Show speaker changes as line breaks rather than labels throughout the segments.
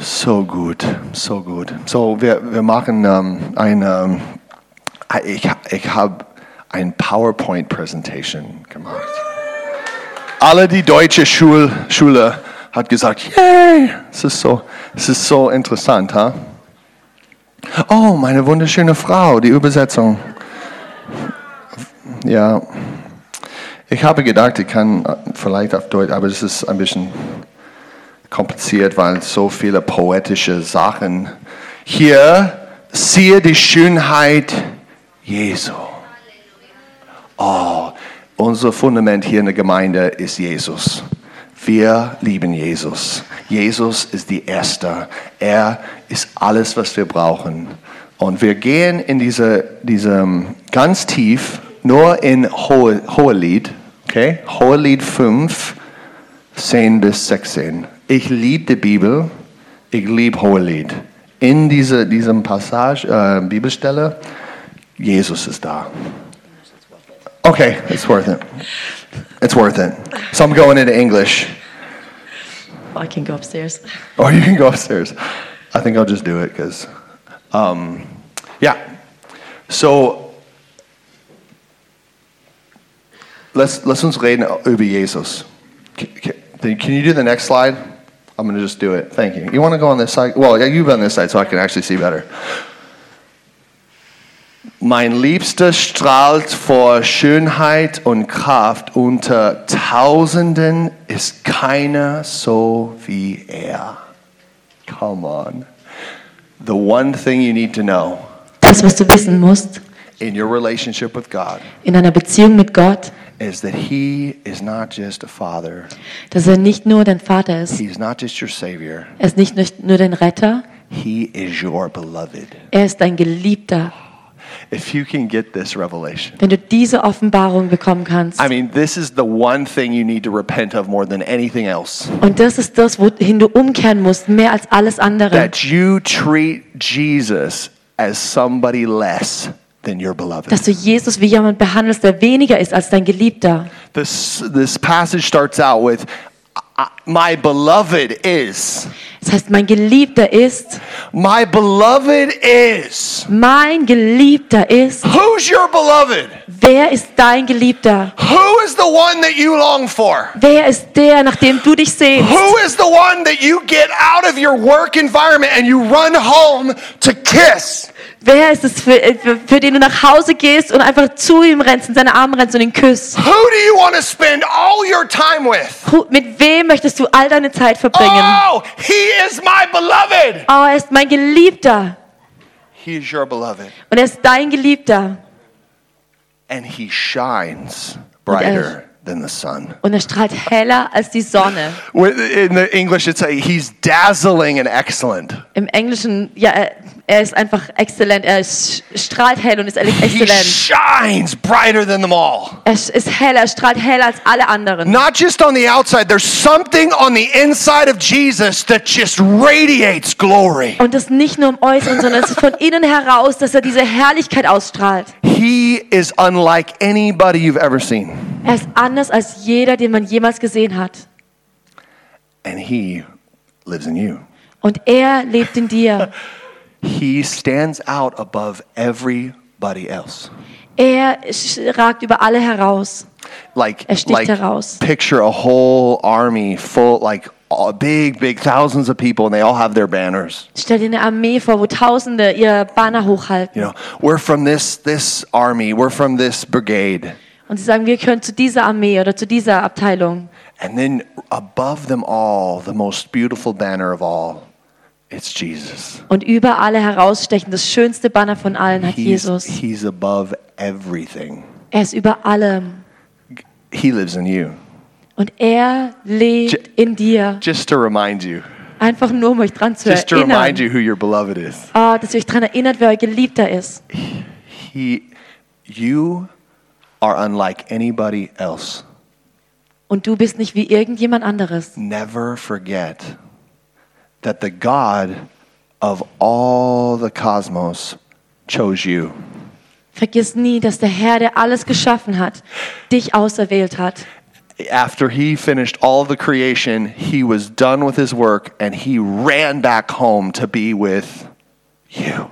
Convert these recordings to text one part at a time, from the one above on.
So gut, so gut. So, wir, wir machen ähm, ein, ähm, ich, ich habe ein PowerPoint-Präsentation gemacht. Alle die deutsche Schul, Schule hat gesagt, yay, es ist so, es ist so interessant, ha? Oh, meine wunderschöne Frau, die Übersetzung. Ja, ich habe gedacht, ich kann äh, vielleicht auf Deutsch, aber es ist ein bisschen kompliziert, weil so viele poetische Sachen. Hier siehe die Schönheit Jesu. Oh, unser Fundament hier in der Gemeinde ist Jesus. Wir lieben Jesus. Jesus ist die Erste. Er ist alles, was wir brauchen. Und wir gehen in diese, diesem ganz tief, nur in Hohe, Hohelied, okay? Hohelied 5, 10 bis 16. Ich liebe die Bibel, ich liebe Hohelied. In diese, diesem Passage, äh, Bibelstelle, Jesus ist da. Okay, it's worth it. It's worth it. So I'm going into English.
I can go upstairs.
Or you can go upstairs. I think I'll just do it because, um, yeah. So, let's, lass uns reden über Jesus. Can, can, can you do the next slide? I'm going to just do it. Thank you. You want to go on this side? Well, yeah, you've on this side so I can actually see better. Mein Liebster strahlt vor Schönheit und Kraft. Unter Tausenden ist keiner so wie er. Come on. The one thing you need to know
Das, was du wissen musst
in your relationship with God
in einer Beziehung mit Gott,
is that He is not just a father,
dass er nicht nur dein Vater ist,
He is not just your Savior,
er ist nicht nur- nur dein Retter,
He is your beloved.
er ist dein Geliebter.
If you can get this revelation,
Wenn du diese Offenbarung bekommen kannst,
I mean, this is the one thing you need to repent of more than anything else.
und das ist das, wohin du umkehren musst, mehr als alles andere,
that you treat Jesus as somebody less than your beloved.
dass du Jesus wie jemand behandelst, der weniger ist als dein Geliebter.
This, this passage starts out with, "I- My beloved is.
Das heißt, mein Geliebter ist,
My beloved is.
mein Geliebter ist,
Who's your beloved?
wer ist dein Geliebter?
Who is the one that you long for?
Wer ist der, nach dem du dich sehnst?
Who is the one that you get out of your work environment and you run home to kiss?
Wer ist es, für, äh, für, für den du nach Hause gehst und einfach zu ihm rennst, in seine Arme rennst und ihn küsst?
Who do you want to spend all your time with?
Hu- Mit wem möchtest du all deine Zeit verbringen?
Oh, he is my beloved.
Oh, er ist mein Geliebter
He is your beloved.
und er ist dein Geliebter
and he shines brighter than the sun.
und er strahlt heller als die Sonne.
With- In the English, it's a he's dazzling and excellent.
Im Englischen, ja, er, er ist einfach exzellent. Er ist, strahlt hell und ist
He
exzellent.
shines brighter than them all.
Er ist heller, er strahlt heller als alle anderen.
Not just on the outside, there's something on the inside of Jesus that just radiates glory.
Und das nicht nur im Äußeren, sondern es ist von innen heraus, dass er diese Herrlichkeit ausstrahlt.
He is unlike anybody you've ever seen,
Er ist anders als jeder, den man jemals gesehen hat.
and he lives in you.
Und er lebt in dir.
He stands out above everybody else.
Er sch- ragt über alle heraus.
like,
Er sticht
like
heraus.
picture a whole army full like all, big big thousands of people and they all have their banners
Stell dir eine Armee vor, wo Tausende ihr Banner
you
hochhalten.
know we're from this this army we're from this brigade
Und sie sagen, wir gehören zu dieser Armee oder zu dieser Abteilung.
and then above them all the most beautiful banner of all it's jesus
Und über alle herausstechen, das schönste Banner von allen hat
he's,
Jesus.
he's above everything
Er ist über allem.
he lives in you
Und er lebt in dir.
just to remind you
Einfach nur, um euch dran zu
just to remind
erinnern.
you who your beloved is
Oh, dass ihr euch dran erinnert, wer euer Geliebter ist.
he you are unlike anybody else
Und du bist nicht wie irgendjemand anderes.
never forget that the God of all the cosmos chose you.
Vergiss nie, dass der Herr, der alles geschaffen hat, dich auserwählt hat.
after he finished all the creation, he was done with his work and he ran back home to be with you.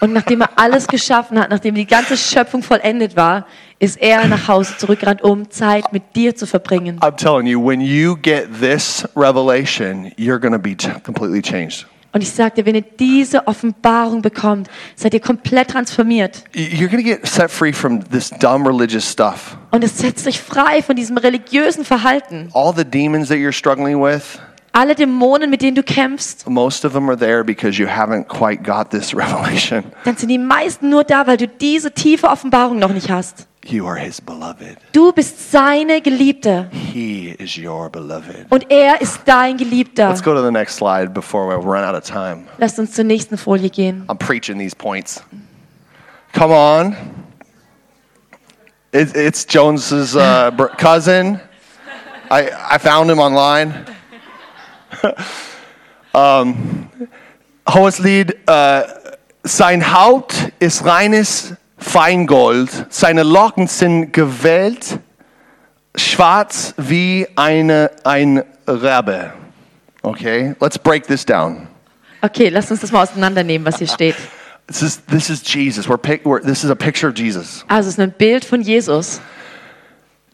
Und nachdem er alles geschaffen hat, nachdem die ganze Schöpfung vollendet war, ist er nach Hause zurückgerannt, um Zeit mit dir zu verbringen.
I'm telling you, when you get this revelation, you're going to be ch- completely changed.
Und ich sagte, wenn ihr diese Offenbarung bekommt, seid ihr komplett transformiert.
Y- You're going to get set free from this dumb religious stuff.
Und es setzt euch frei von diesem religiösen Verhalten.
All the demons that you're struggling with,
Alle Dämonen, mit denen du kämpfst,
most of them are there because you haven't quite got this revelation.
dann sind die meisten nur da, weil du diese tiefe Offenbarung noch nicht hast.
You are his beloved.
Du bist seine Geliebte
He is your beloved.
und er ist dein Geliebter.
Let's go to the next slide before we run out of time.
Lasst uns zur nächsten Folie gehen.
I'm preaching these points. Come on. It, it's Jones's uh, br- cousin. I, I found him online. um, hohes Lied. Uh, sein Haupt ist reines Feingold. Seine Locken sind gewellt, schwarz wie eine, ein Rabe. Okay, let's break this down.
Okay, lasst uns das mal auseinandernehmen, was hier steht.
This is, this is Jesus. We're, pic- we're, this is a picture of Jesus.
Also es ist ein Bild von Jesus.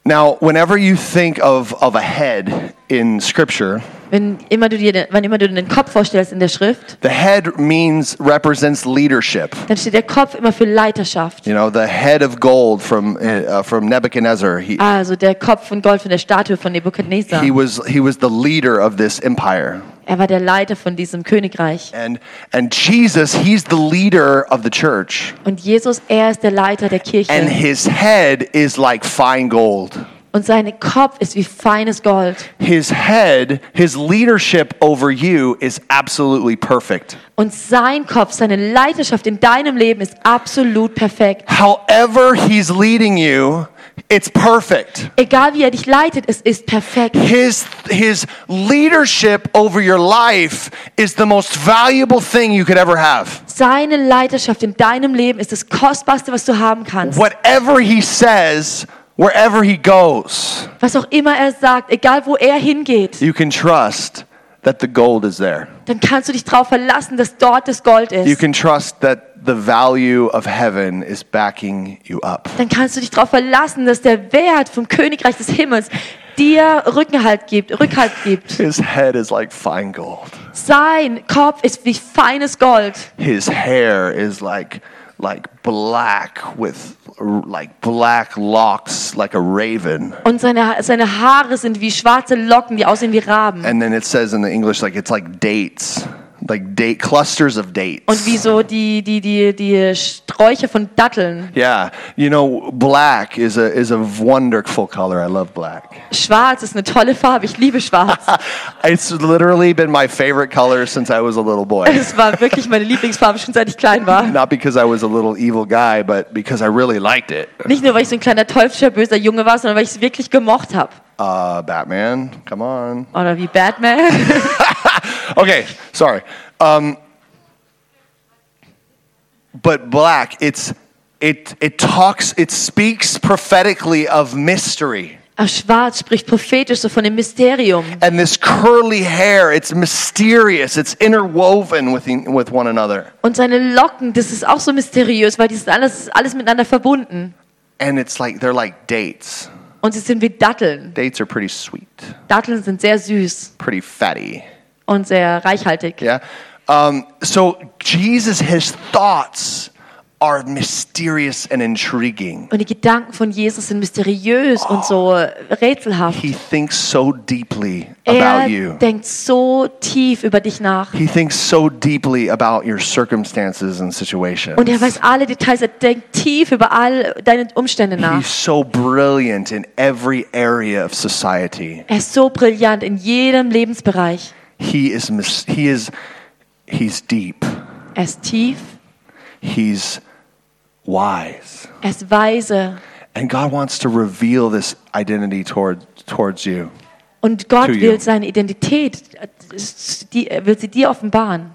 Now, whenever you think of, of a head in Scripture,
Wenn immer du dir, den- wann immer du dir den Kopf vorstellst in der Schrift,
the head means represents leadership.
dann steht der Kopf immer für Leiterschaft.
You know, the head of gold from, uh, uh, from Nebuchadnezzar. He,
Also der Kopf von Gold von der Statue von
he,
Nebukadnezar.
was, he was the leader of this empire.
Er war der Leiter von diesem Königreich.
And, and Jesus, he's the leader of the church.
Und Jesus, er ist der Leiter der
And
Kirche.
his head is like fine gold.
Und sein Kopf ist wie feines Gold.
His head, his leadership over you is absolutely perfect.
Und sein Kopf, seine Leiterschaft in deinem Leben ist absolut perfekt.
However, he's leading you, it's perfect.
Egal wie er dich leitet, es ist perfekt.
His, his leadership over your life is the most valuable thing you could ever have.
Seine Leiterschaft in deinem Leben ist das Kostbarste, was du haben kannst.
Whatever he says, wherever he goes,
Was auch immer er sagt, egal wo er hingeht,
you can trust that the gold is there.
dann kannst du dich darauf verlassen, dass dort das Gold
You
ist.
can trust that the value of heaven is backing you up.
Dann kannst du dich darauf verlassen, dass der Wert vom Königreich des Himmels dir Rückenhalt gibt, Rückhalt gibt.
His head is like fine gold.
Sein Kopf ist wie feines Gold.
his hair is like like black with r- like black locks like a raven
Und seine, seine Haare sind wie schwarze Locken, die aussehen wie Raben.
and then it says in the english like it's like dates like date clusters of dates
Und wie so die, die, die, die Sträucher von Datteln.
yeah you know black is a is a wonderful color i love black
Schwarz ist eine tolle Farbe, ich liebe schwarz.
it's literally been my favorite color since i was a little boy
Es war wirklich meine Lieblingsfarbe, schon seit ich klein war.
not because i was a little evil guy but because i really liked it
Nicht nur, weil ich so ein kleiner teuflischer, böser Junge war, sondern weil ich es wirklich gemocht habe.
uh batman come on
Oder wie Batman.
Okay, sorry. Um, but black, it's it it talks it speaks prophetically of mystery.
Aber schwarz spricht prophetisch so von dem Mysterium.
And this curly hair, it's mysterious. It's interwoven with, in- with one another.
Und seine Locken, das ist auch so mysteriös, weil die sind alles, alles miteinander verbunden.
And it's like they're like dates.
Und sie sind wie Datteln.
Dates are pretty sweet,
Datteln sind sehr süß
pretty fatty.
und sehr reichhaltig.
Yeah. Um, so Jesus, his thoughts are mysterious and intriguing.
Und die Gedanken von Jesus sind mysteriös und so rätselhaft.
He thinks so deeply
Er
about you.
denkt so tief über dich nach.
He thinks so deeply about your circumstances and situations.
Und er weiß alle Details, er denkt tief über all deine Umstände
He's
nach.
so brilliant in every area of society.
Er ist so brillant in jedem Lebensbereich.
He is mis- he is he's deep.
Er ist tief,
He's wise.
er ist weise.
And God wants to reveal this identity toward towards you.
Und Gott
To you.
will seine Identität, äh, die, er will sie dir offenbaren.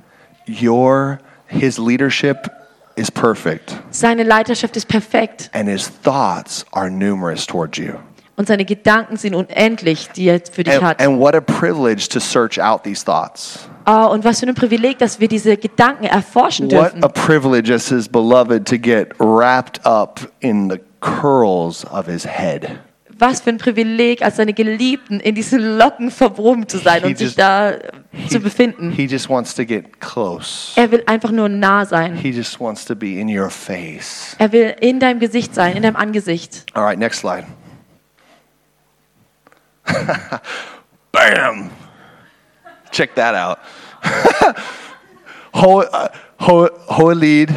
Your his leadership is perfect
Seine Leiterschaft ist perfekt
and his thoughts are numerous towards you.
und seine Gedanken sind unendlich, die er für dich
And,
hat.
and what a privilege to search out these thoughts.
Ah, und was für ein Privileg, dass wir diese Gedanken erforschen dürfen.
What a privilege as his beloved to get wrapped up in the curls of his head.
Was für ein Privileg, als seine Geliebten in diesen Locken verwoben zu sein
He
und sich
just-
da zu befinden.
He just wants to get close.
Er will einfach nur nah sein.
He just wants to be in your face.
Er will in deinem Gesicht sein, in deinem Angesicht.
All right, next slide. Bam! Check that out. Ho, uh, ho, hohe Lied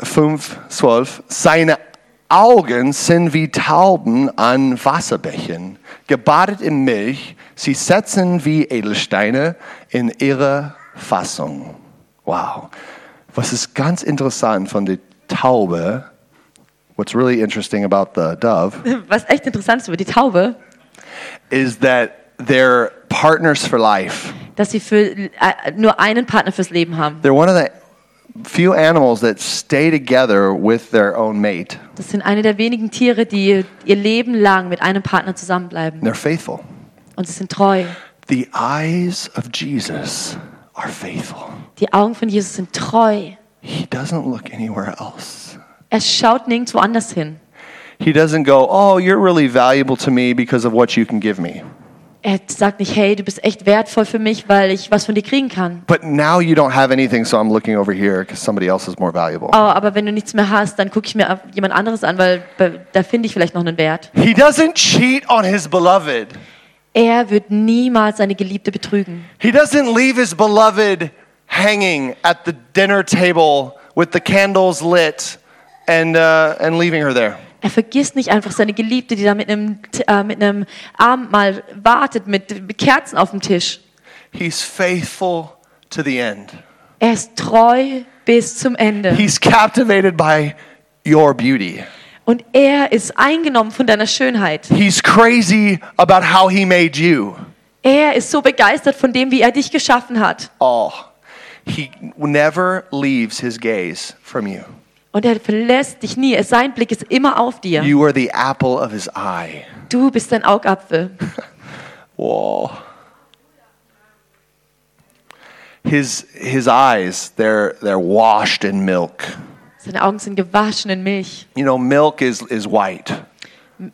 5, 12. Seine Augen sind wie Tauben an Wasserbächen, gebadet in Milch. Sie setzen wie Edelsteine in ihre Fassung. Wow. Was ist ganz interessant von der Taube, what's really interesting about the dove,
Was echt interessant ist über die Taube,
is that they're partners for life.
dass sie für äh, nur einen Partner fürs Leben haben.
They're one of the few animals that stay together with their own mate.
Das sind eine der wenigen Tiere, die ihr Leben lang mit einem Partner zusammenbleiben.
And they're faithful.
Und sie sind treu.
The eyes of Jesus are faithful.
Die Augen von Jesus sind treu.
He doesn't look anywhere else.
Er schaut nirgendwo anders hin.
He doesn't go, "Oh, you're really valuable to me because of what you can give me."
Er sagt nicht, hey, du bist echt wertvoll für mich, weil ich was von dir kriegen kann.
But now you don't have anything, so I'm looking over here because somebody else is more valuable.
Oh, aber wenn du nichts mehr hast, dann gucke ich mir auf jemand anderes an, weil bei- da finde ich vielleicht noch einen Wert.
He doesn't cheat on his beloved.
Er wird niemals seine Geliebte betrügen.
He doesn't leave his beloved hanging at the dinner table with the candles lit and, uh, and leaving her there.
Er vergisst nicht einfach seine Geliebte, die da mit einem, T- äh, mit einem Abendmahl wartet, mit, mit Kerzen auf dem Tisch.
He's faithful to the end.
Er ist treu bis zum Ende.
He's captivated by your beauty.
Und er ist eingenommen von deiner Schönheit.
He's crazy about how he made you.
Er ist so begeistert von dem, wie er dich geschaffen hat.
Oh, he never leaves his gaze from you.
Und er verlässt dich nie. Sein Blick ist immer auf dir.
You are the apple of his eye.
Du bist sein Augapfel.
Whoa. His his eyes, they're they're washed in milk.
Seine Augen sind gewaschen in Milch.
You know, milk is is white.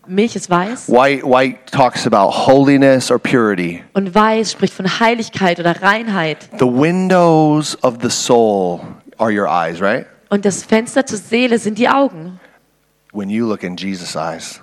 Milch ist weiß
White white talks about holiness or purity.
und weiß spricht von Heiligkeit oder Reinheit.
The windows of the soul are your eyes, right?
Und das Fenster zur Seele sind die Augen.
When you look in Jesus' eyes,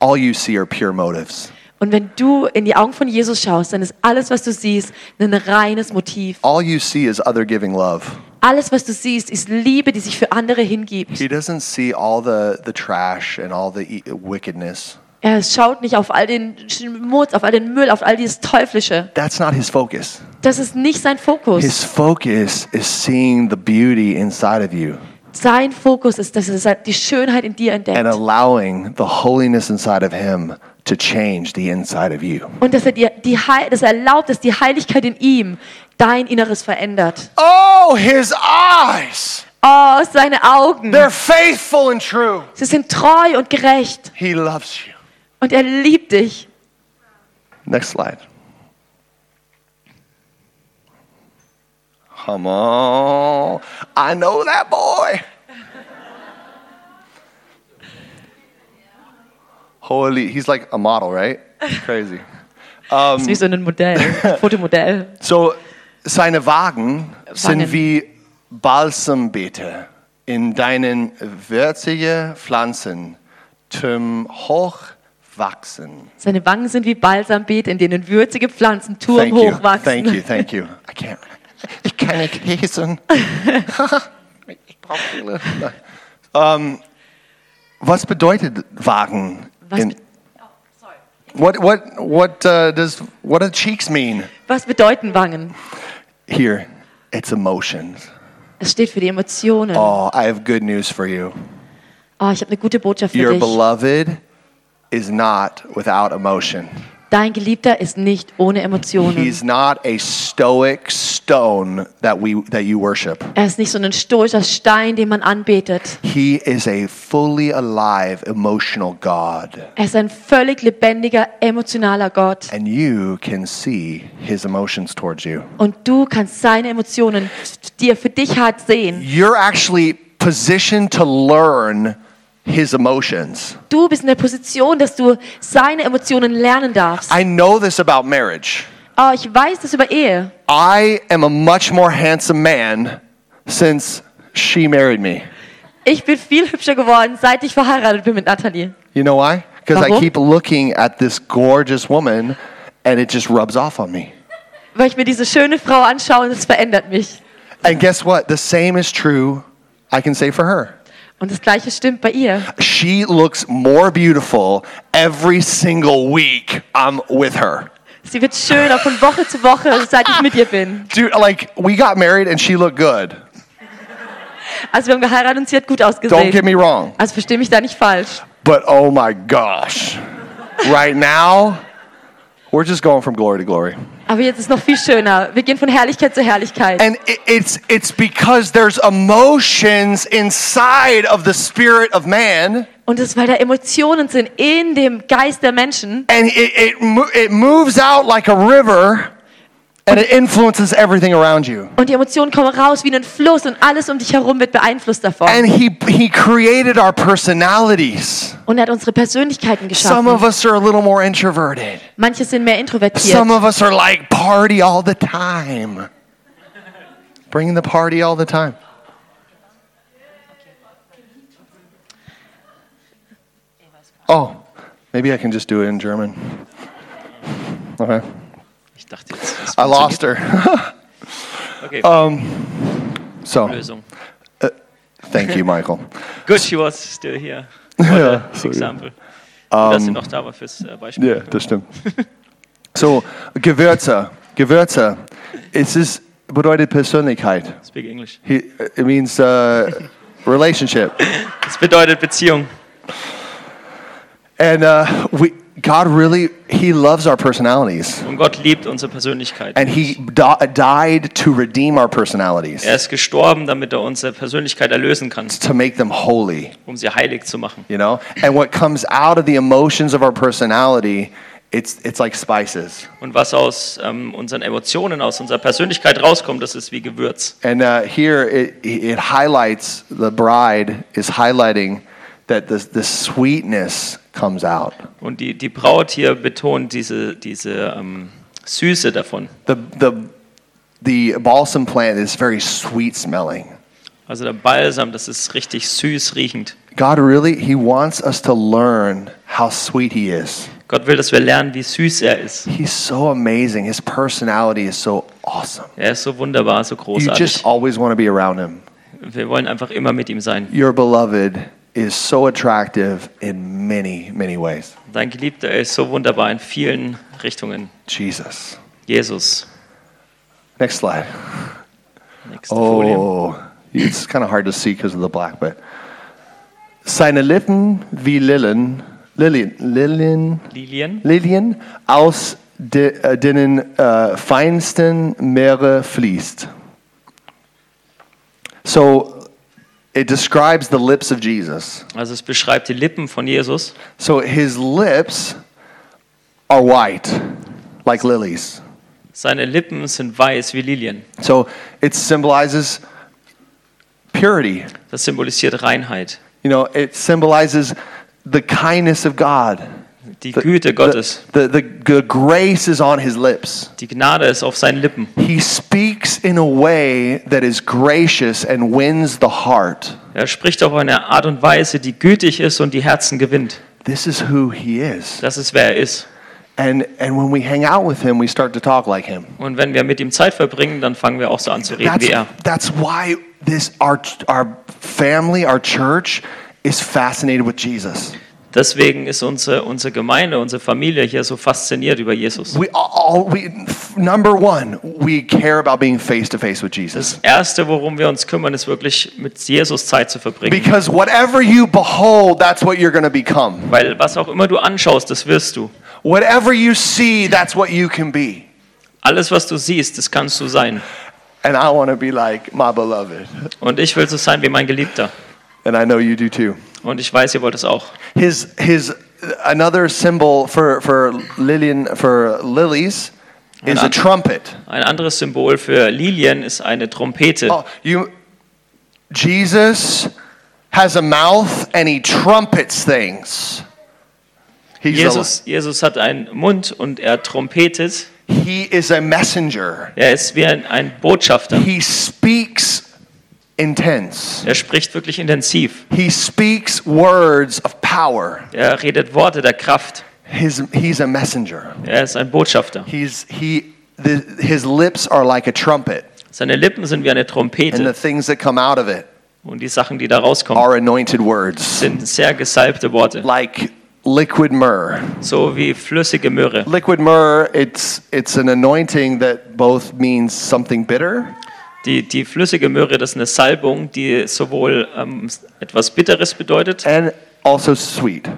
all you see are pure motives.
Und wenn du in die Augen von Jesus schaust, dann ist alles, was du siehst, ein reines Motiv.
All you see is other giving love.
Alles, was du siehst, ist Liebe, die sich für andere hingibt.
He doesn't see all the, the trash and all the e- wickedness.
Er schaut nicht auf all den Schmutz, auf all den Müll, auf all dieses Teuflische.
That's not his focus.
Das ist nicht sein Fokus.
His focus is seeing the beauty inside of you
Sein Fokus ist, dass er die Schönheit in dir
and
entdeckt
allowing the holiness inside of him to change the inside of you.
und dass er dir die Heil, dass er erlaubt, dass die Heiligkeit in ihm dein Inneres verändert.
Oh, his eyes!
Oh, seine Augen.
They're faithful and true.
Sie sind treu und gerecht
He loves you.
und er liebt dich.
Next slide. Come on. I know that boy. Holy, he's like a model, right? Crazy.
Das ist wie so ein Modell, Fotomodell.
So, seine Wagen sind
Wangen.
wie Balsambeete in deinen würzige Pflanzen zum Hochwachsen.
Seine Wangen sind wie Balsambeet, in denen würzige Pflanzen Turm
Thank you,
hochwachsen.
thank you, thank you. I can't, ich kann nicht lesen. ich brauche viele. Ähm, was bedeutet Wagen?
Was
in,
be- Oh,
what, what, what, uh, does, what do cheeks mean?
Was bedeuten Wangen?
Here, it's emotions.
Es steht für die Emotionen. Oh,
Oh, I have good news for you.
ich habe eine gute Botschaft für
Your
dich.
beloved is not without emotion.
Dein Geliebter ist nicht ohne Emotionen.
He's not a stoic, stone that we that you worship.
Er ist nicht so ein stoischer Stein, den man anbetet.
He is a fully alive emotional God,
Er ist ein völlig lebendiger, emotionaler Gott.
and you can see his emotions towards you.
Und du kannst seine Emotionen, die er für dich hat, sehen.
You're actually positioned to learn his emotions.
Du bist in der Position, dass du seine Emotionen lernen darfst.
I know this about marriage.
Oh, ich weiß das über Ehe.
I am a much more handsome man since she married me.
Ich bin viel hübscher geworden, seit ich verheiratet bin mit Nathalie.
You know why? Because I
Warum?
keep looking at this gorgeous woman and it just rubs off on me.
Weil ich mir diese schöne Frau anschaue und es verändert mich.
And guess what? The same is true, I can say for her.
Und das Gleiche stimmt bei ihr.
She looks more beautiful every single week I'm with her.
Sie wird schöner von Woche zu Woche, seit ich mit ihr bin.
Dude, like, we got married and she looked good.
Also wir haben geheiratet und sie hat gut
Don't get
ausgesehen.
me wrong.
Also versteh mich da nicht falsch.
But oh my gosh, right now, we're just going from glory to glory.
Aber jetzt ist noch viel schöner. Wir gehen von Herrlichkeit zu Herrlichkeit.
And i- it's, it's because there's emotions inside of the spirit of man,
Und das ist, weil da Emotionen sind in dem Geist der Menschen.
and it, it, mo- it moves out like a river, and it influences everything around you.
Und die Emotionen kommen raus wie ein Fluss und alles um dich herum wird beeinflusst davon.
And he, he created our personalities.
Und er hat unsere Persönlichkeiten
Some of
geschaffen.
us are a little more introverted.
Manche sind mehr introvertiert.
Some of us are like party all the time. Bringing the party all the time. Oh, maybe I can just do it in German. Okay.
Ich dachte jetzt, das
I lost Um,
funktioniert.
her.
Okay,
So,
Lösung.
thank you, Michael.
Good, she was still here.
yeah, so good.
Example. Um, dass sie noch da war fürs äh, Beispiel.
Ja, das stimmt. So, Gewürze. Gewürze. Es ist, bedeutet Persönlichkeit.
Speak English.
He, it means uh, relationship.
Das bedeutet Beziehung.
And uh, we, God really, He loves our personalities.
Und Gott liebt unsere Persönlichkeit.
And He di- died to redeem our personalities,
Er ist gestorben, damit er unsere Persönlichkeit erlösen kann,
to make them holy,
um sie heilig zu machen.
you know? And what comes out of the emotions of our personality, it's, it's like spices.
Und was aus ähm, unseren Emotionen, aus unserer Persönlichkeit rauskommt, das ist wie Gewürz.
And uh, here it, it highlights, the bride is highlighting that the, the sweetness comes out.
Und die, die Braut hier betont diese, diese ähm, Süße davon.
The, the, the balsam plant is very sweet smelling.
Also der Balsam, das ist richtig süß riechend.
God really, He wants us to learn how sweet He is.
Gott will, dass wir lernen, wie süß er ist.
He's so amazing. His personality is so awesome.
Er ist so wunderbar, so
You just
großartig.
always want to be around Him.
Wir wollen einfach immer mit ihm sein.
Your beloved is so attractive in many, many ways.
Dein Geliebter er ist so wunderbar in vielen Richtungen.
Jesus.
Jesus.
Next slide.
Nächste Folie.
Oh, it's kind of hard to see because of the black, but. Seine Lippen wie Lilien, Lilien, Lilien,
Lilien,
Lilien aus de, äh, denen äh, feinsten Meere fließt. So it describes the lips of Jesus.
also es beschreibt die Lippen von Jesus.
So his lips are white like lilies.
Seine Lippen sind weiß wie Lilien.
So it symbolizes purity.
Das symbolisiert Reinheit,
You know, it symbolizes the kindness of God.
die
The-
Güte
the-
Gottes.
the, the, the grace is on his lips.
Die Gnade ist auf seinen Lippen.
He speaks in a way that is gracious and wins the heart.
Er spricht auf eine Art und Weise, die gütig ist und die Herzen gewinnt.
This is who he is.
Das ist, wer er ist.
And, and when we hang out with him, we start to talk like him.
Und wenn wir mit ihm Zeit verbringen, dann fangen wir auch so an zu reden
That's,
wie er.
that's why this, our, our family, our church, is fascinated with Jesus.
Deswegen ist unsere, unsere Gemeinde, unsere Familie hier so fasziniert über Jesus.
We all, we, number one, we care about being face to face with Jesus.
Das Erste, worum wir uns kümmern, ist wirklich mit Jesus Zeit zu verbringen.
Because whatever you behold, that's what you're going to become.
Weil was auch immer du anschaust, das wirst du.
Whatever you see, that's what you can be.
Alles, was du siehst, das kannst du sein.
And I want to be like my beloved.
Und ich will so sein wie mein Geliebter.
And I know you do too.
Und ich weiß, ihr wollt es auch.
His, his, another symbol for, for, Lillian, for lilies is a
An-
trumpet.
Ein anderes Symbol für Lilien ist eine Trompete.
Oh, you, Jesus has a mouth and he trumpets things. He's a-
Jesus, Jesus hat einen Mund und er trompetet.
he is a messenger.
Er ist wie ein, ein Botschafter.
He speaks intense.
Er spricht wirklich intensiv.
He speaks words of power.
Er redet Worte der Kraft.
His, he's a messenger.
Er ist ein Botschafter.
He's, he, the, his lips are like a trumpet,
Seine Lippen sind wie eine
and the
Trompete.
things that come out of it
Und die Sachen, die da rauskommen,
are anointed words,
sind sehr gesalbte Worte.
like liquid myrrh.
So wie flüssige Möhre.
Liquid myrrh, it's, it's an anointing that both means something bitter
Die, die flüssige Möhre, das ist eine Salbung, die sowohl ähm, etwas Bitteres bedeutet,
and also sweet.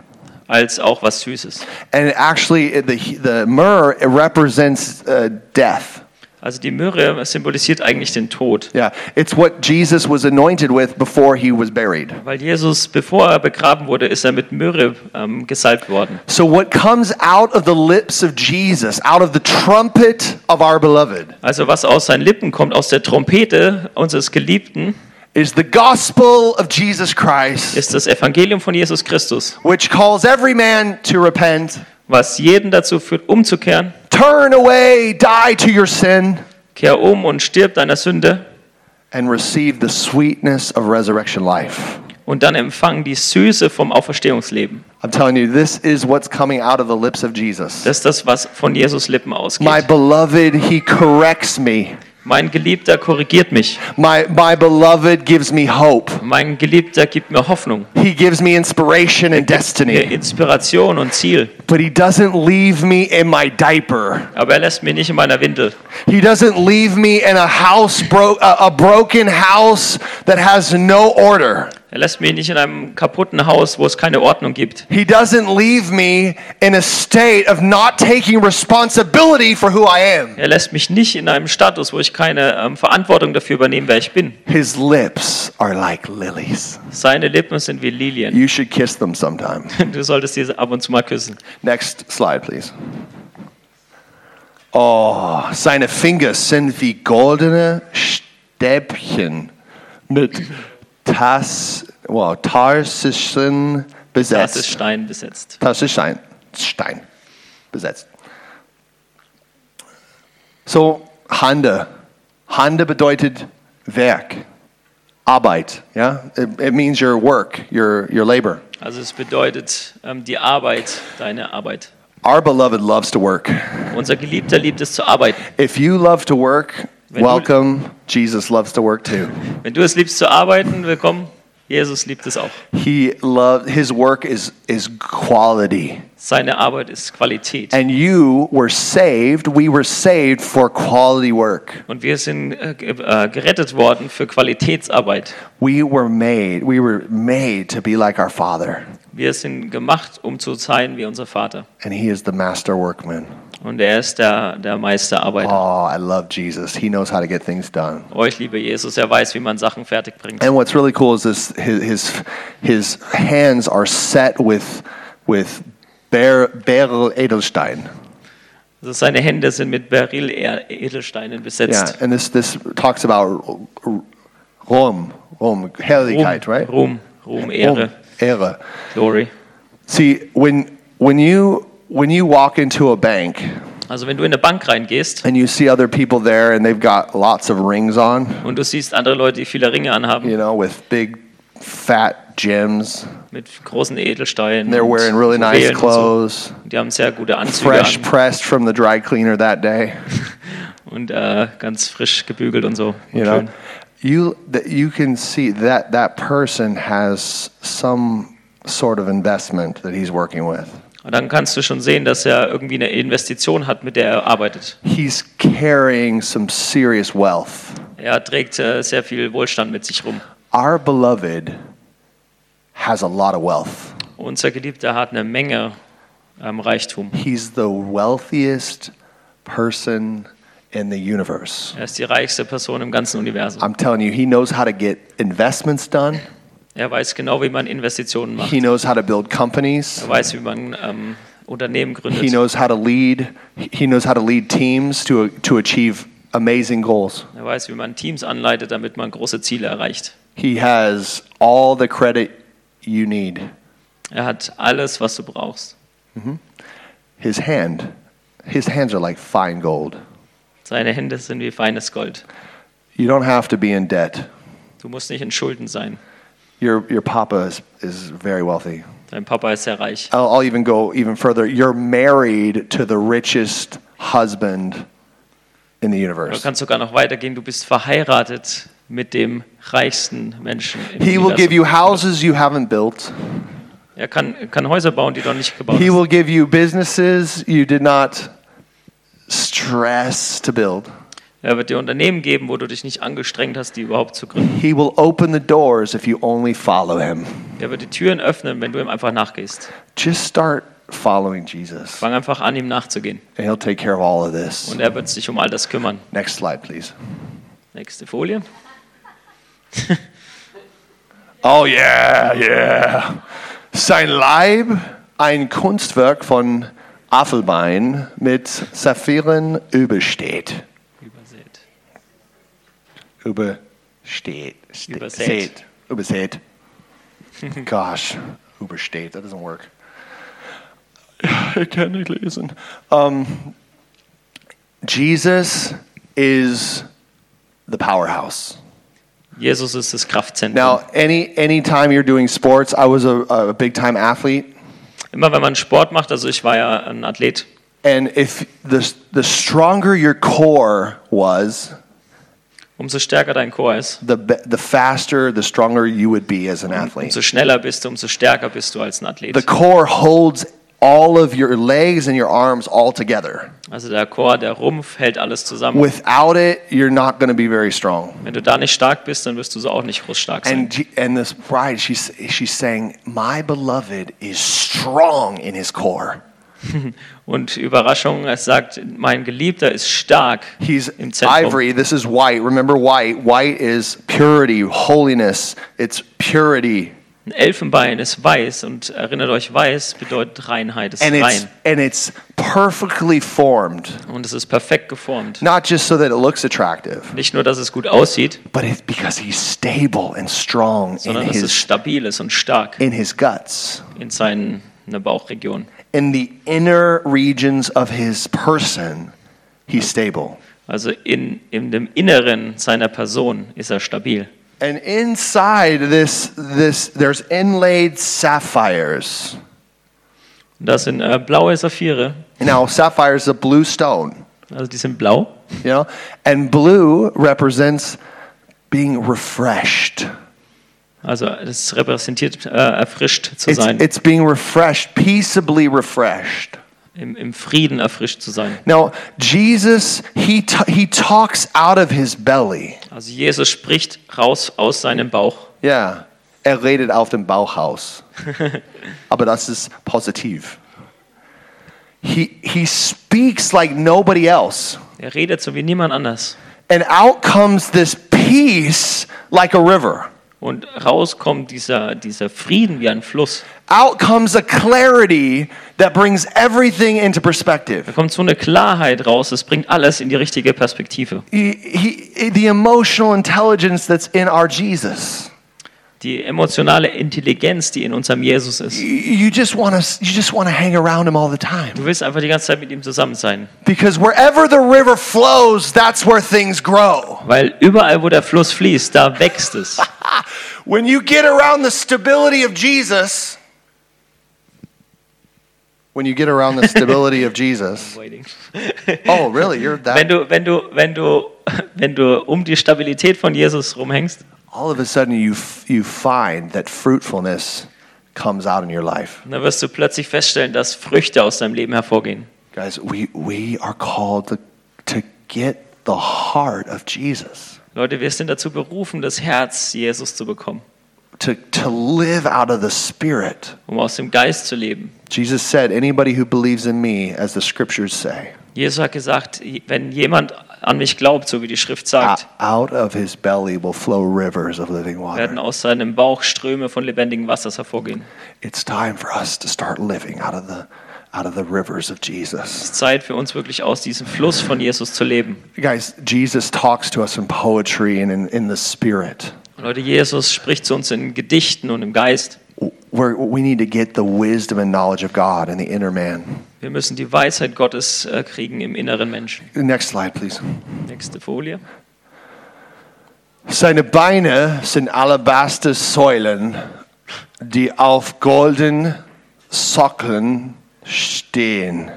als auch was Süßes.
And actually, the, the myrrh it represents uh, death.
Also die Möhre symbolisiert eigentlich den Tod.
Yeah, it's what Jesus was anointed with before he was buried.
Weil Jesus, bevor er begraben wurde, ist er mit Möhre ähm, gesalbt worden.
So, what comes out of the lips of Jesus, out of the trumpet of our beloved,
Also was aus seinen Lippen kommt, aus der Trompete unseres Geliebten,
is the gospel of Jesus Christ,
ist das Evangelium von Jesus Christus,
which calls every man to repent,
was jeden dazu führt, umzukehren.
turn away, die to your sin,
Kehr um und stirb deiner Sünde
and receive the sweetness of resurrection life.
und dann empfang die Süße vom Auferstehungsleben.
I'm telling you, this is what's coming out of the lips of Jesus.
Das ist das, was von Jesus Lippen ausgeht.
My beloved, he corrects me.
mein Geliebter korrigiert mich.
My, my beloved gives me hope.
Mein Geliebter gibt mir Hoffnung,
He gives me inspiration and
mir
destiny.
Inspiration und Ziel.
But he doesn't leave me in my diaper.
Aber er lässt mich nicht in meiner Windel.
He doesn't leave me in a house bro- a, a broken house that has no order.
Er lässt mich nicht in einem kaputten Haus, wo es keine Ordnung gibt.
He doesn't leave me in a state of not taking responsibility for who I am.
Er lässt mich nicht in einem Status, wo ich keine ähm, Verantwortung dafür übernehme, wer ich bin.
His lips are like lilies.
Seine Lippen sind wie Lilien.
You should kiss them sometime.
Du solltest diese ab und zu mal küssen.
Next slide, please. Oh, seine Finger sind wie goldene Stäbchen mit Tas, wow, tarsischen
Das ist
besetzt.
Stein besetzt.
Tasche Stein. Stein. Besetzt. So, Hande. Hande bedeutet Werk, Arbeit. Ja? It, it means your work, your, your labor.
Also es bedeutet ähm, die Arbeit, deine Arbeit.
Our beloved loves to work.
Unser Geliebter liebt es zu arbeiten.
If you love to work,
Wenn du-
welcome. Jesus loves to work too.
Wenn du es liebst zu arbeiten, willkommen. Jesus liebt es auch.
He loved, his work is, is quality.
Seine Arbeit ist Qualität.
And you were saved, we were saved for quality work.
Und wir sind äh, ge- äh, gerettet worden für Qualitätsarbeit.
We were made, we were made to be like our Father,
Wir sind gemacht, um zu sein wie unser Vater.
and He is the master workman.
Und er ist der, der Meisterarbeiter.
Oh, I love Jesus. He knows how to get things done.
Euch, lieber Jesus, er weiß, wie man Sachen fertig bringt.
And what's really cool is this his his, his hands are set with with bare, beryl edelstein.
Also seine Hände sind mit Beryl-Edelsteinen
Yeah,
besetzt.
and this this talks about Rom, Rom, Herrlichkeit, right?
Ruhm, Ruhm, Ehre,
Ehre.
Glory.
See, when when you when you walk into a bank
Also wenn du in eine Bank reingehst
and you see other people there and they've got lots of rings on,
und du siehst andere Leute, die viele Ringe anhaben,
you know, with big fat gems.
mit großen Edelsteinen,
They're
und
wearing really nice
Juwelen und
clothes,
So. Die haben sehr gute Anzüge
fresh
an
pressed from the dry cleaner that day.
und äh, ganz frisch gebügelt und so. Und
You know,
schön.
you that you can see that that person has some sort of investment that he's working with.
Und dann kannst du schon sehen, dass er irgendwie eine Investition hat, mit der er arbeitet.
He's carrying some serious wealth.
Er trägt äh, sehr viel Wohlstand mit sich rum.
Our beloved has a lot of wealth.
Unser Geliebter hat eine Menge ähm, Reichtum.
He's the wealthiest person in the universe.
Er ist die reichste Person im ganzen Universum.
I'm telling you, he knows how to get investments done.
Er weiß genau, wie man Investitionen macht.
He knows how to build companies.
Er weiß, wie man ähm, Unternehmen
He
gründet.
knows how to lead. He knows how to lead teams to to achieve amazing goals.
Er weiß, wie man Teams anleitet, damit man große Ziele erreicht.
He has all the credit you need.
Er hat alles, was du brauchst.
His hand, his hands are like fine gold.
Seine Hände sind wie feines Gold.
You don't have to be in debt.
Du musst nicht in Schulden sein.
Your your papa is, is very wealthy.
Dein Papa ist sehr reich.
I'll, I'll even go even further. You're married to the richest husband in the
Du
universe.
kannst sogar noch weitergehen. Du bist verheiratet mit dem reichsten Menschen. Im
He will
Universum.
give you houses you haven't built.
er kann, kann Häuser bauen, die du noch nicht gebaut
He
hast.
will give you businesses you did not stress to build.
Er wird dir Unternehmen geben, wo du dich nicht angestrengt hast, die überhaupt zu gründen.
He will open the doors if you only follow him.
Er wird die Türen öffnen, wenn du ihm einfach nachgehst.
Just start following Jesus,
Fang einfach an, ihm nachzugehen.
and he'll take care of all of this.
Und er wird sich um all das kümmern.
Next slide, please.
Nächste Folie.
Oh yeah, yeah. Sein Leib, ein Kunstwerk von Affelbein mit Saphiren übersteht.
Übersät.
Übersteht. Ste-
Übersät.
Sät. Übersät. Gosh, übersteht. That doesn't work. Ich kann nicht lesen. Um, Jesus is the powerhouse.
Jesus ist das Kraftzentrum.
Now, any any time you're doing sports, I was a, a big time athlete,
Immer wenn man Sport macht, also ich war ja ein Athlet,
and if the the stronger your core was,
umso stärker dein Chor ist,
the be- the faster, the stronger you would be as an athlete.
umso schneller bist du, umso stärker bist du als ein Athlet.
The core holds all of your legs and your arms all together.
Also der Chor, der Rumpf hält alles zusammen.
Without it, you're not going to be very strong.
Wenn du da nicht stark bist, dann wirst du so auch nicht groß stark sein.
And Je- and this bride, she's she's saying, "My beloved is strong in his core.
Und Überraschung, es sagt, mein Geliebter ist stark
He's
im Zentrum.
ivory. This is white. Remember white. White is purity, holiness. It's purity.
Ein Elfenbein ist weiß und erinnert euch, weiß bedeutet Reinheit, es ist
And it's
rein.
and it's perfectly formed.
Und es ist perfekt geformt.
Not just so that it looks attractive,
Nicht nur, dass es gut aussieht,
but it's because he's stable and strong in
sondern dass es
his
stabil ist und stark
in his guts,
in seinen in der Bauchregion.
in the inner regions of his person. He's stable.
Also in, in dem Inneren seiner Person ist er stabil.
And inside this this there's inlaid sapphires.
Und das sind äh, blaue Saphire,
Now sapphire is a blue stone.
also die sind blau.
you know and blue represents being refreshed
Also das repräsentiert äh, erfrischt zu
it's,
sein,
it's being refreshed peaceably refreshed
im, im Frieden erfrischt zu sein.
now jesus he, t- he talks out of his belly
Also Jesus spricht raus aus seinem Bauch.
yeah er redet auf dem bauchhaus aber das ist positiv he, he speaks like nobody else
Er redet so wie niemand anders.
and out comes this peace like a river
Und raus kommt dieser, dieser Frieden wie ein Fluss.
out comes a clarity that brings everything into perspective
Da kommt so eine Klarheit raus, es bringt alles in die richtige Perspektive.
he, he, the emotional intelligence that's in our Jesus.
Die emotionale Intelligenz, die in unserem Jesus ist.
You- You just want to you just want to hang around him all the time
Du willst einfach die ganze Zeit mit ihm zusammen sein.
because wherever the river flows, that's where things grow.
Weil überall, wo der Fluss fließt, da wächst es.
When you get around the stability of Jesus, when you get around the stability of Jesus, oh really? You're
Wenn
that.
du, wenn du, wenn du, wenn du um die Stabilität von Jesus rumhängst,
All of a sudden, you f- you find that fruitfulness comes out in your life.
dann wirst du plötzlich feststellen, dass Früchte aus deinem Leben hervorgehen.
Guys, we, we are called to, to get the heart of Jesus,
Leute, wir sind dazu berufen, das Herz Jesus zu bekommen,
to, to live out of the Spirit.
um aus dem Geist zu leben.
Jesus said, Anybody who believes in me, as the scriptures say,
Jesus hat gesagt, wenn jemand an mich glaubt, so wie die Schrift
O-
sagt,
Out of his belly will flow rivers of living
werden
water.
aus seinem Bauch Ströme von lebendigem Wassers hervorgehen.
It's time for us to start living out of the out of the rivers of Jesus.
Es ist Zeit für uns wirklich aus diesem Fluss von Jesus zu leben.
Guys, Jesus talks to us in poetry and in, in the spirit.
Und Leute, Jesus spricht zu uns in Gedichten und im Geist.
We're, we need to get the wisdom and knowledge of God in the inner man.
Wir müssen die Weisheit Gottes äh, kriegen im inneren Menschen.
Next slide, please.
Nächste Folie.
Seine Beine sind alabaster Säulen, die auf golden Sockeln stehen.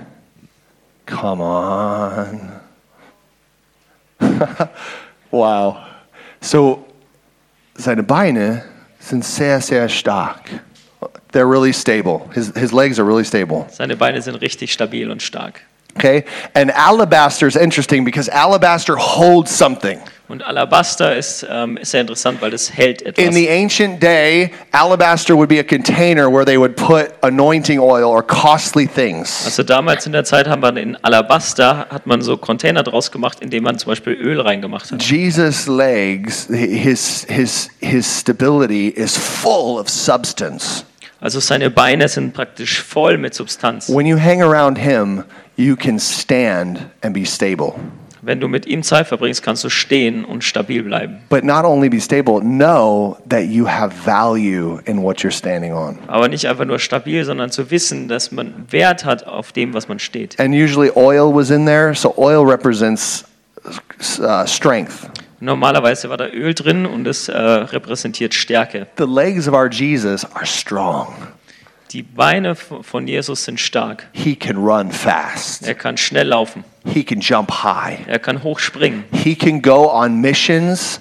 Come on. wow. So, seine Beine sind sehr, sehr stark. They're really stable. His, his legs are really stable.
Seine Beine sind richtig stabil und stark.
Okay? And alabaster is interesting because alabaster holds something.
Und Alabaster ist, ähm, ist sehr interessant, weil das hält
In
etwas.
the ancient day, alabaster would be a container where they would put anointing oil or costly things.
Also damals in der Zeit haben wir in Alabaster hat man so Container draus gemacht, in dem man zum Beispiel Öl reingemacht hat.
Jesus' legs, his, his, his stability is full of substance.
Also seine Beine sind praktisch voll mit Substanz.
When you hang around him, you can stand and be stable.
Wenn du mit ihm Zeit verbringst, kannst du stehen und stabil bleiben.
But not only be stable, know that you have value in what you're standing on.
Aber nicht einfach nur stabil, sondern zu wissen, dass man Wert hat auf dem, was man steht.
And usually oil was in there, so oil represents uh, strength.
Normalerweise war da Öl drin und es äh, repräsentiert Stärke.
The legs of our Jesus are strong.
Die Beine v- von Jesus sind stark.
He can run fast.
Er kann schnell laufen.
He can jump high.
Er kann hoch springen.
He can go on missions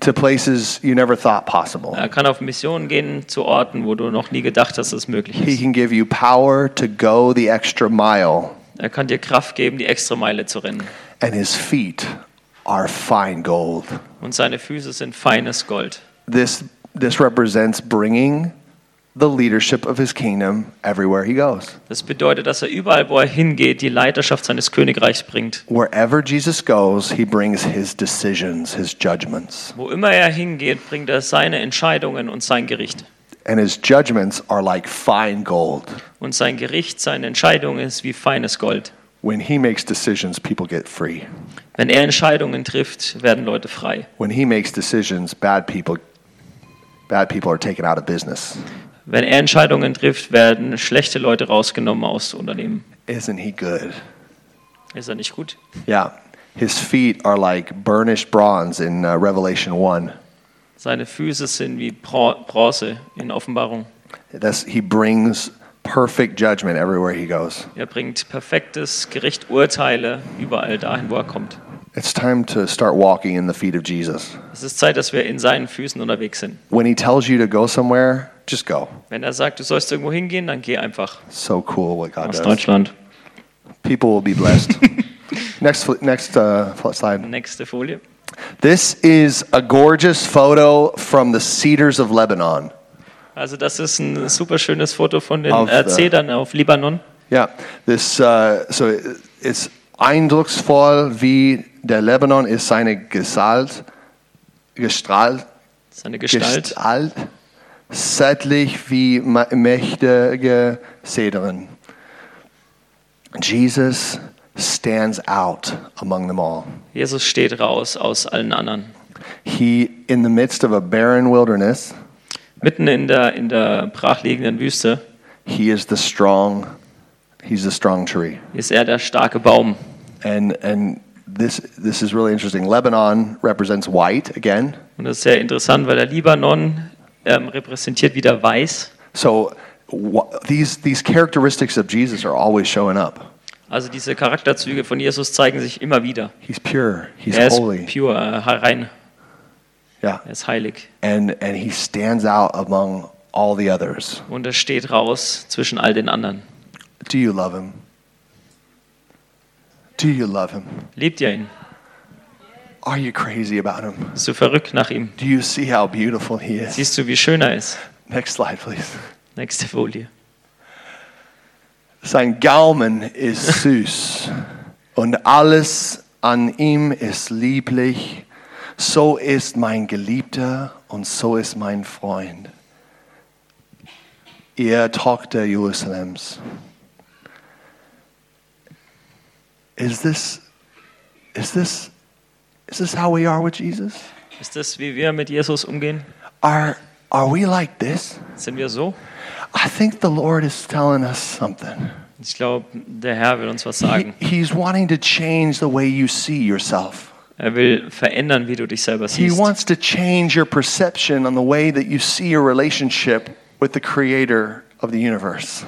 to places you never thought possible.
Er kann auf Missionen gehen zu Orten, wo du noch nie gedacht hast, dass es möglich
He
ist.
can give you power to go the extra mile,
Er kann dir Kraft geben, die extra Meile zu rennen.
and his feet are fine gold.
Und seine Füße sind feines Gold.
This, this represents bringing the leadership of his kingdom everywhere he goes.
Das bedeutet, dass er überall, wo er hingeht, die Leiterschaft seines Königreichs bringt.
Wherever Jesus goes, he brings his decisions, his judgments,
Wo immer er hingeht, bringt er seine Entscheidungen und sein Gericht.
and his judgments are like fine gold.
Und sein Gericht, seine Entscheidung ist wie feines Gold.
When he makes decisions, people get free.
Wenn er Entscheidungen trifft, werden Leute frei.
when he makes decisions, bad people, bad people are taken out of business.
Wenn er Entscheidungen trifft, werden schlechte Leute rausgenommen aus Unternehmen.
Isn't he good?
Ist er nicht gut?
Yeah. His feet are like burnished bronze in uh, Revelation 1.
Seine Füße sind wie Bron- Bronze in Offenbarung.
That's, he brings perfect judgment everywhere he goes.
Er bringt perfektes Gericht, Urteile überall dahin, wo er kommt.
It's time to start walking in the feet of Jesus.
Es ist Zeit, dass wir in seinen Füßen unterwegs sind.
When he tells you to go somewhere, just go.
Wenn er sagt, du sollst irgendwo hingehen, dann geh einfach
So cool what God
aus
does.
Deutschland.
People will be blessed. next fl- next uh, fl- slide.
Nächste Folie.
This is a gorgeous photo from the cedars of Lebanon.
Also das ist ein super schönes Foto von den
Auf,
äh,
äh,
Zedern auf Libanon.
Ja, das, äh, so, ist eindrucksvoll, wie der Lebanon ist seine Gestalt, Gestalt,
Seine Gestalt
Gestalt sättlich wie ma- mächtige Cedern. Jesus stands out among them all.
Jesus steht raus aus allen anderen.
He, in the midst of a barren wilderness,
Mitten in der, in der brachliegenden Wüste
he is the strong, he's the strong tree.
ist er der starke Baum.
And, and this, this is really interesting. Lebanon represents white again.
Und das ist sehr interessant, weil der Libanon ähm, repräsentiert wieder weiß.
So wh- these these characteristics of Jesus are always showing up.
Also diese Charakterzüge von Jesus zeigen sich immer wieder.
He's pure. He's
er ist
holy.
pure, äh, rein,
Yeah.
er ist heilig.
And and he stands out among all the others.
Und er steht raus zwischen all den anderen.
Do you love him? Do you love him?
Liebt ihr ihn?
Are you crazy about him?
Bist du verrückt nach ihm?
Do you see how beautiful he is?
Siehst du, wie schön er ist?
Next slide, please.
Nächste Folie.
Sein Gaumen ist süß und alles an ihm ist lieblich, so ist mein Geliebter und so ist mein Freund. Ihr Tochter Jerusalems. Is this, is this, is this how we are with Jesus?
Ist das, wie wir mit Jesus umgehen?
Are, are we like this?
Sind wir so?
I think the Lord is telling us something.
Ich glaube, der Herr will uns was
He,
sagen.
he's wanting to change the way you see yourself.
Er will verändern, wie du dich selber
He
siehst.
wants to change your perception on the way that you see your relationship with the creator of the universe.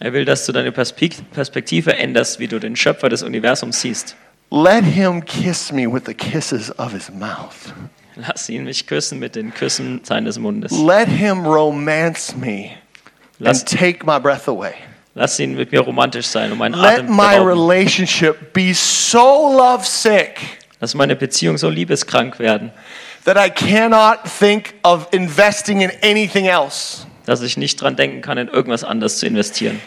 Er will, dass du deine Perspik- Perspektive änderst, wie du den Schöpfer des Universums siehst.
Let him kiss me with the kisses of his mouth.
Lass ihn mich küssen mit den Küssen seines Mundes.
Let him romance me and
Lass,
take my breath away.
lass ihn mit mir romantisch sein und meinen
Let
Atem
my
berauben.
relationship be so lovesick
Lass meine Beziehung so liebeskrank werden,
that I cannot think of investing in anything else.
dass ich nicht dran denken kann, in irgendwas anderes zu investieren.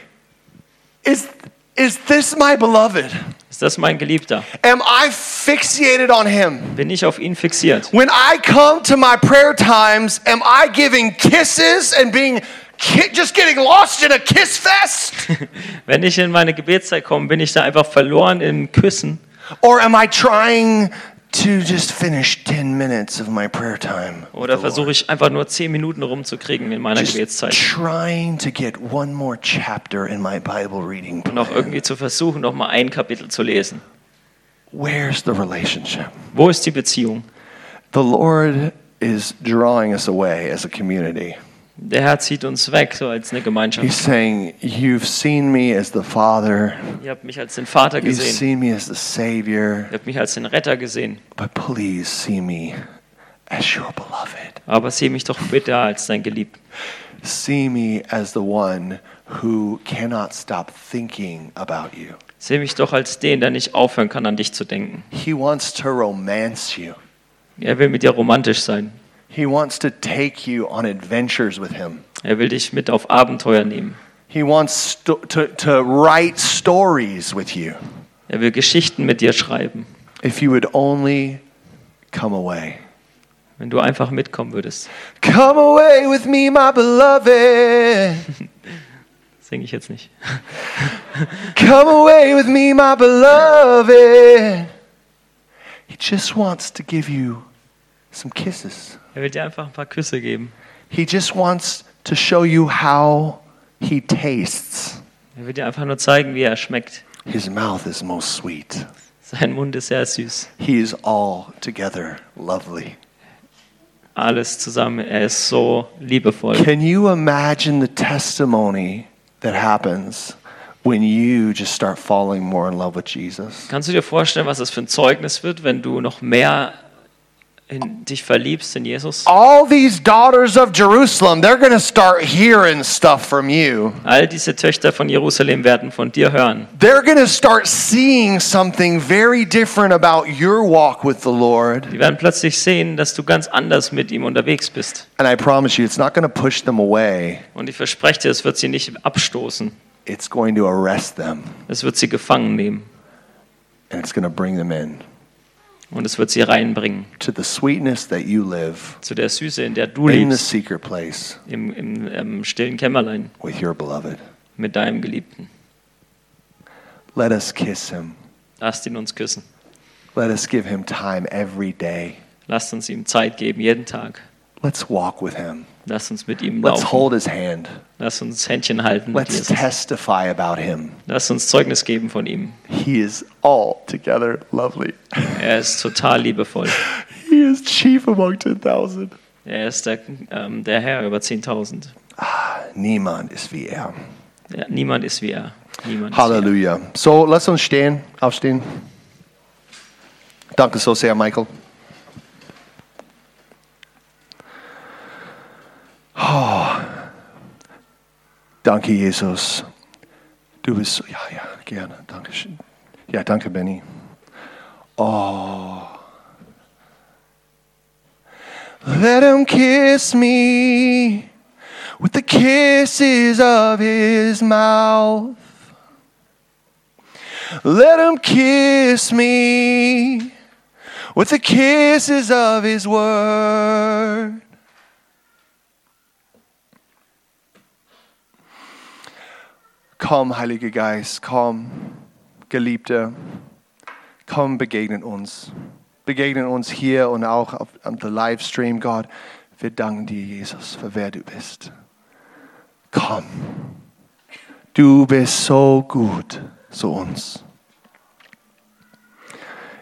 Is, is this my beloved?
Ist das mein Geliebter?
Am I fixated on him?
Bin ich auf ihn fixiert?
When I come to my prayer times, am I giving kisses and being ki- just getting lost in a kiss fest?
Wenn ich in meine Gebetszeit komme, bin ich da einfach verloren im Küssen?
Or am I trying to just finish 10 minutes of my prayer time?
Oder versuche ich einfach nur zehn Minuten rumzukriegen in meiner
Just
Gebetszeit?
trying to get one more chapter in my Bible reading.
Noch
plan.
irgendwie zu versuchen, noch mal ein Kapitel zu lesen.
Where's the relationship?
Wo ist die Beziehung?
The Lord is drawing us away as a community.
Der Herr zieht uns weg, so als eine
He's
Gemeinschaft.
saying, You've seen me as the Father,
Ihr habt mich als den Vater
you've
gesehen.
seen me as the Savior,
Ihr habt mich als den Retter gesehen.
but please see me as your beloved.
Aber sieh mich doch bitte als dein Geliebten.
See me as the one who cannot stop thinking about you.
Sieh mich doch als den, der nicht aufhören kann, an dich zu denken.
He wants to romance you.
Er will mit dir romantisch sein.
He wants to take you on adventures with him.
Er will dich mit auf Abenteuer nehmen.
He wants sto- to, to write stories with you.
Er will Geschichten mit dir schreiben,
If you would only come away.
wenn du einfach mitkommen würdest.
Come away with me, my beloved.
Singe ich jetzt nicht.
Come away with me, my beloved. He just wants to give you some kisses.
Er will dir einfach ein paar Küsse geben.
He just wants to show you how he tastes.
Er will dir einfach nur zeigen, wie er schmeckt.
His mouth is most sweet.
Sein Mund ist sehr süß.
He is altogether lovely.
Alles zusammen, er ist so liebevoll.
Can you imagine the testimony that happens when you just start falling more in love with Jesus?
Kannst du dir vorstellen, was das für ein Zeugnis wird, wenn du noch mehr in dich verliebst in Jesus?
All these daughters of Jerusalem, they're going to start hearing stuff from you.
All diese Töchter von Jerusalem werden von dir hören.
They're going to start seeing something very different about your walk with the Lord.
Die werden plötzlich sehen, dass du ganz anders mit ihm unterwegs bist.
And I promise you, it's not going to push them away,
Und ich verspreche dir, es wird sie nicht abstoßen.
it's going to arrest them
Es wird sie gefangen nehmen
and it's going to bring them in
und es wird sie reinbringen
to the sweetness that you live
zu der Süße, in der du
in the
lebst,
secret place
im, im, ähm, stillen Kämmerlein
with your beloved.
mit deinem Geliebten.
Let us kiss him.
Lasst ihn uns küssen.
Let us give him time every day.
Lasst uns ihm Zeit geben, jeden Tag.
Let's walk with him.
Lasst uns mit ihm
Let's
laufen.
hold his hand.
Lasst uns Händchen halten mit
Let's
Jesus.
testify about him.
Lasst uns Zeugnis geben von ihm.
He is altogether lovely.
Er ist total liebevoll.
He is chief among 10,000.
Er ist der, ähm, der Herr über 10.000.
Niemand ist wie er.
Ja, niemand ist wie er. Niemand
Halleluja. So, lass uns stehen, aufstehen. Danke so sehr, Michael. Oh. Danke, Jesus. Du bist so, ja, ja, gerne. Dankeschön. Ja, danke, Benny. Oh. Let him kiss me with the kisses of his mouth. Let him kiss me with the kisses of his word. Komm, Heiliger Geist, komm, Geliebter, komm, begegnen uns. Begegnen uns hier und auch auf am Livestream, Gott. Wir danken dir, Jesus, für wer du bist. Komm, du bist so gut zu uns.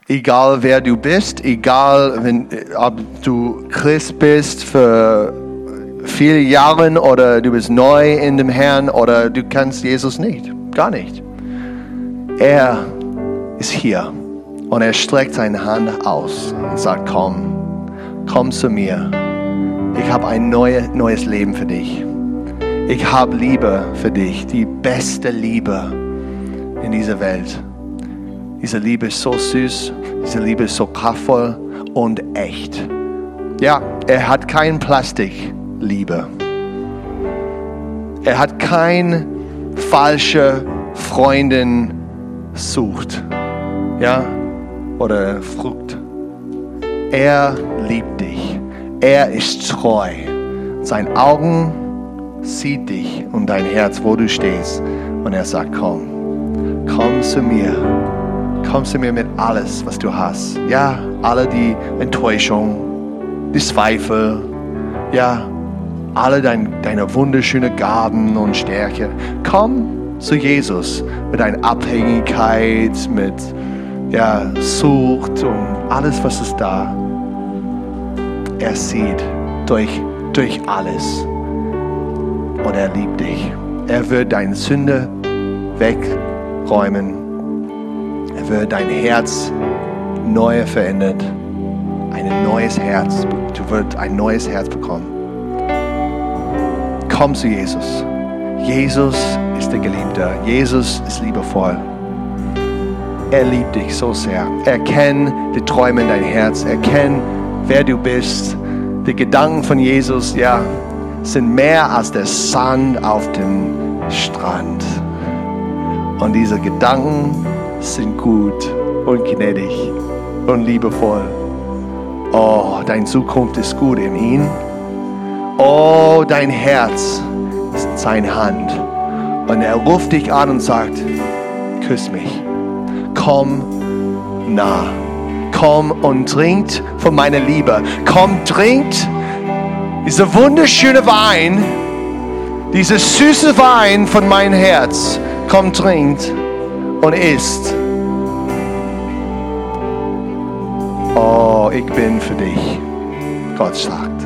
Egal wer du bist, egal wenn, ob du Christ bist für viele Jahre oder du bist neu in dem Herrn oder du kennst Jesus nicht, gar nicht. Er ist hier und er streckt seine Hand aus und sagt, komm, komm zu mir. Ich habe ein neue, neues Leben für dich. Ich habe Liebe für dich, die beste Liebe in dieser Welt. Diese Liebe ist so süß, diese Liebe ist so kraftvoll und echt. Ja, er hat kein Plastikliebe. Er hat kein falsche Freundin sucht. Ja, oder Frucht. Er liebt dich. Er ist treu. Sein Augen sieht dich und dein Herz, wo du stehst. Und er sagt, komm, komm zu mir. Komm zu mir mit alles, was du hast. Ja, alle die Enttäuschung, die Zweifel, ja, alle dein, deine wunderschönen Gaben und Stärke. Komm zu Jesus mit deiner Abhängigkeit, mit ja, Sucht und alles, was ist da. Er sieht durch, durch alles und er liebt dich. Er wird deine Sünde wegräumen. Er wird dein Herz neu verändert. Ein neues Herz. Du wirst ein neues Herz bekommen. Komm zu Jesus. Jesus ist der Geliebte. Jesus ist liebevoll. Er liebt dich so sehr. Erkenn die Träume in dein Herz. Erkenn, wer du bist. Die Gedanken von Jesus, ja, sind mehr als der Sand auf dem Strand. Und diese Gedanken sind gut und gnädig und liebevoll. Oh, deine Zukunft ist gut in ihm. Oh, dein Herz ist in seiner Hand. Und er ruft dich an und sagt, küss mich. Komm nah. Komm und trinkt von meiner Liebe. Komm, trinkt dieser wunderschöne Wein, dieser süße Wein von meinem Herz, komm, trinkt und isst. Oh, ich bin für dich. Gott sagt. Oh,